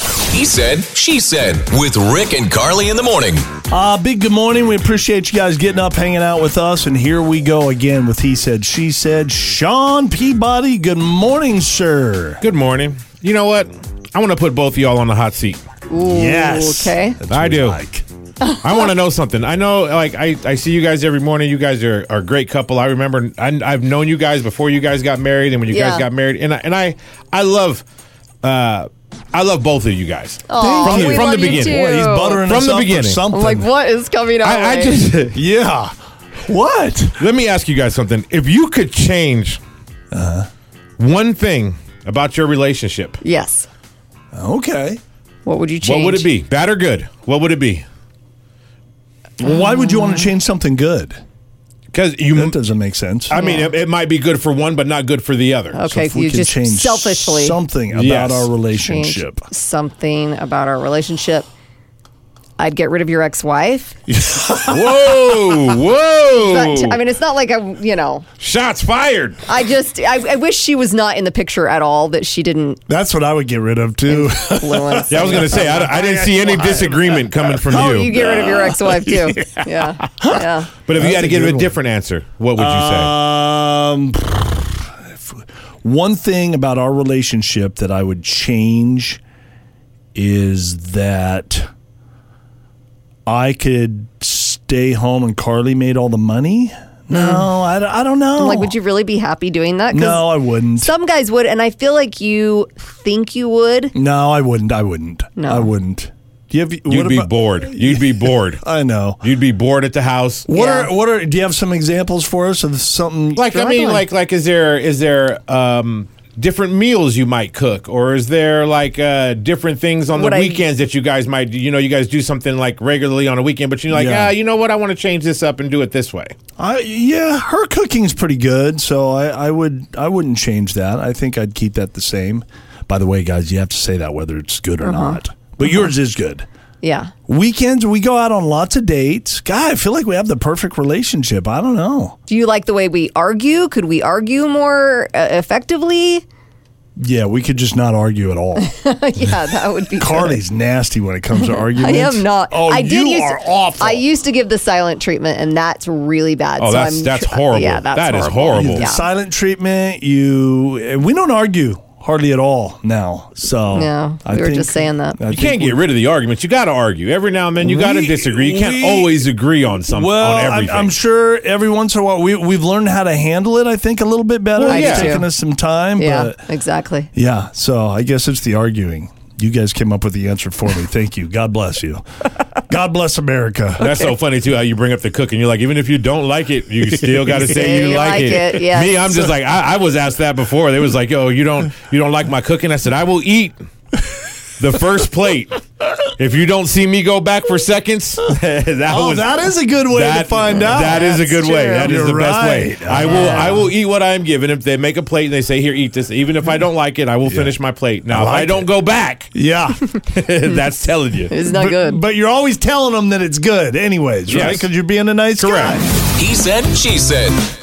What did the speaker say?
He said, she said with Rick and Carly in the morning. Uh, big good morning. We appreciate you guys getting up, hanging out with us. And here we go again with He Said, She Said. Sean Peabody, good morning, sir. Good morning. You know what? I want to put both of y'all on the hot seat. yes. okay. That's I what we do. like. I want to know something. I know, like, I, I see you guys every morning. You guys are, are a great couple. I remember I, I've known you guys before you guys got married and when you Yeah. guys got married. And I, and I, I love, uh, I love both of you guys. Oh, Aw, from we from love the you beginning. too. Boy, he's buttering From us the up for beginning. something. I'm like, what is coming out? I, I just, Yeah. What? let me ask you guys something. If you could change Uh-huh. one thing about your relationship, yes. Okay. What would you change? what would it be? Bad or good? What would it be? Well, why would you want to change something good? Because you, That doesn't make sense. I mean, Yeah. it, it might be good for one, but not good for the other. Okay, if so we you can just change selfishly something about Yes. our change relationship. something about our relationship. I'd get rid of your ex-wife. whoa, whoa! But I mean, it's not like I, you know, Shots fired. I just, I, I wish she was not in the picture at all. That she didn't That's what I would get rid of, too. influence. Yeah, I was gonna say I, I didn't see any disagreement coming from Oh, you. you get rid of your ex-wife too. Yeah, yeah. but if you That's had a to give good a one. Uh, different answer, what would you Um, if- one thing about our relationship that I would change is that I could stay home and Carly made all the money. No, I, d- I don't know. I'm like, would you really be happy doing that? 'Cause No, I wouldn't. Some guys would, and I feel like you think you would. No, I wouldn't. I wouldn't. No. I wouldn't. Do you have, say? You'd what be about- bored. You'd be bored. I know. You'd be bored at the house. What Yeah. are what are do you have some examples for us of something Like I mean, Struggling. like like is there is there um different meals you might cook, or is there like uh different things on Would the I- weekends that you guys might you know you guys do something like regularly on a weekend, but you're like Yeah. ah you know what I want to change this up and do it this way. I yeah, her cooking's pretty good, so I, I would I wouldn't change that. I think I'd keep that the same. By the way, guys, you have to say that whether it's good Mm-hmm. or not. But yours is good. Yeah. Weekends we go out on lots of dates. God, I feel like we have the perfect relationship. I don't know. Do you like the way we argue? Could we argue more uh, effectively? Yeah, we could just not argue at all. yeah, that would be. good. Carly's nasty when it comes to I arguments. am not. Oh, I you used are to, awful. I used to give the silent treatment, and that's really bad. Oh, so that's- I'm that's tr- horrible. Yeah, that's That is You horrible. do the Yeah. silent treatment. You and we don't argue hardly at all now. So No, I we were think- just saying that. I You think can't we- get rid of the arguments. You got to argue every now and then. You got to We- disagree. You can't we- always agree on something. Well, on I'm, everything. I'm sure every once in a while we we've learned how to handle it. I think a little bit better. Well, It's yeah. taken us some time. Yeah, but exactly. yeah. So I guess it's the arguing. You guys came up with the answer for me. Thank you. God bless you. God bless America. That's so funny too. How you bring up the cooking? You're like, even if you don't like it, you still got to say you, like, it. yes. Me, I'm just like, I, I was asked that before. They was like, yo, you don't, you don't like my cooking. I said, I will eat the first plate. If you don't see me go back for seconds, that Oh, was that is a good way that- to find out. That is a good way. true. That is the You're best way. right. I will. I will eat what I am given. If they make a plate and they say, "Here, eat this," even if I don't like it, I will finish my plate. Now, if I like don't go back, Yeah. that's telling you. It's not but, good. But you're always telling them that it's good, anyways, right? Yes. Because you're being a nice guy. Correct. He said, she said.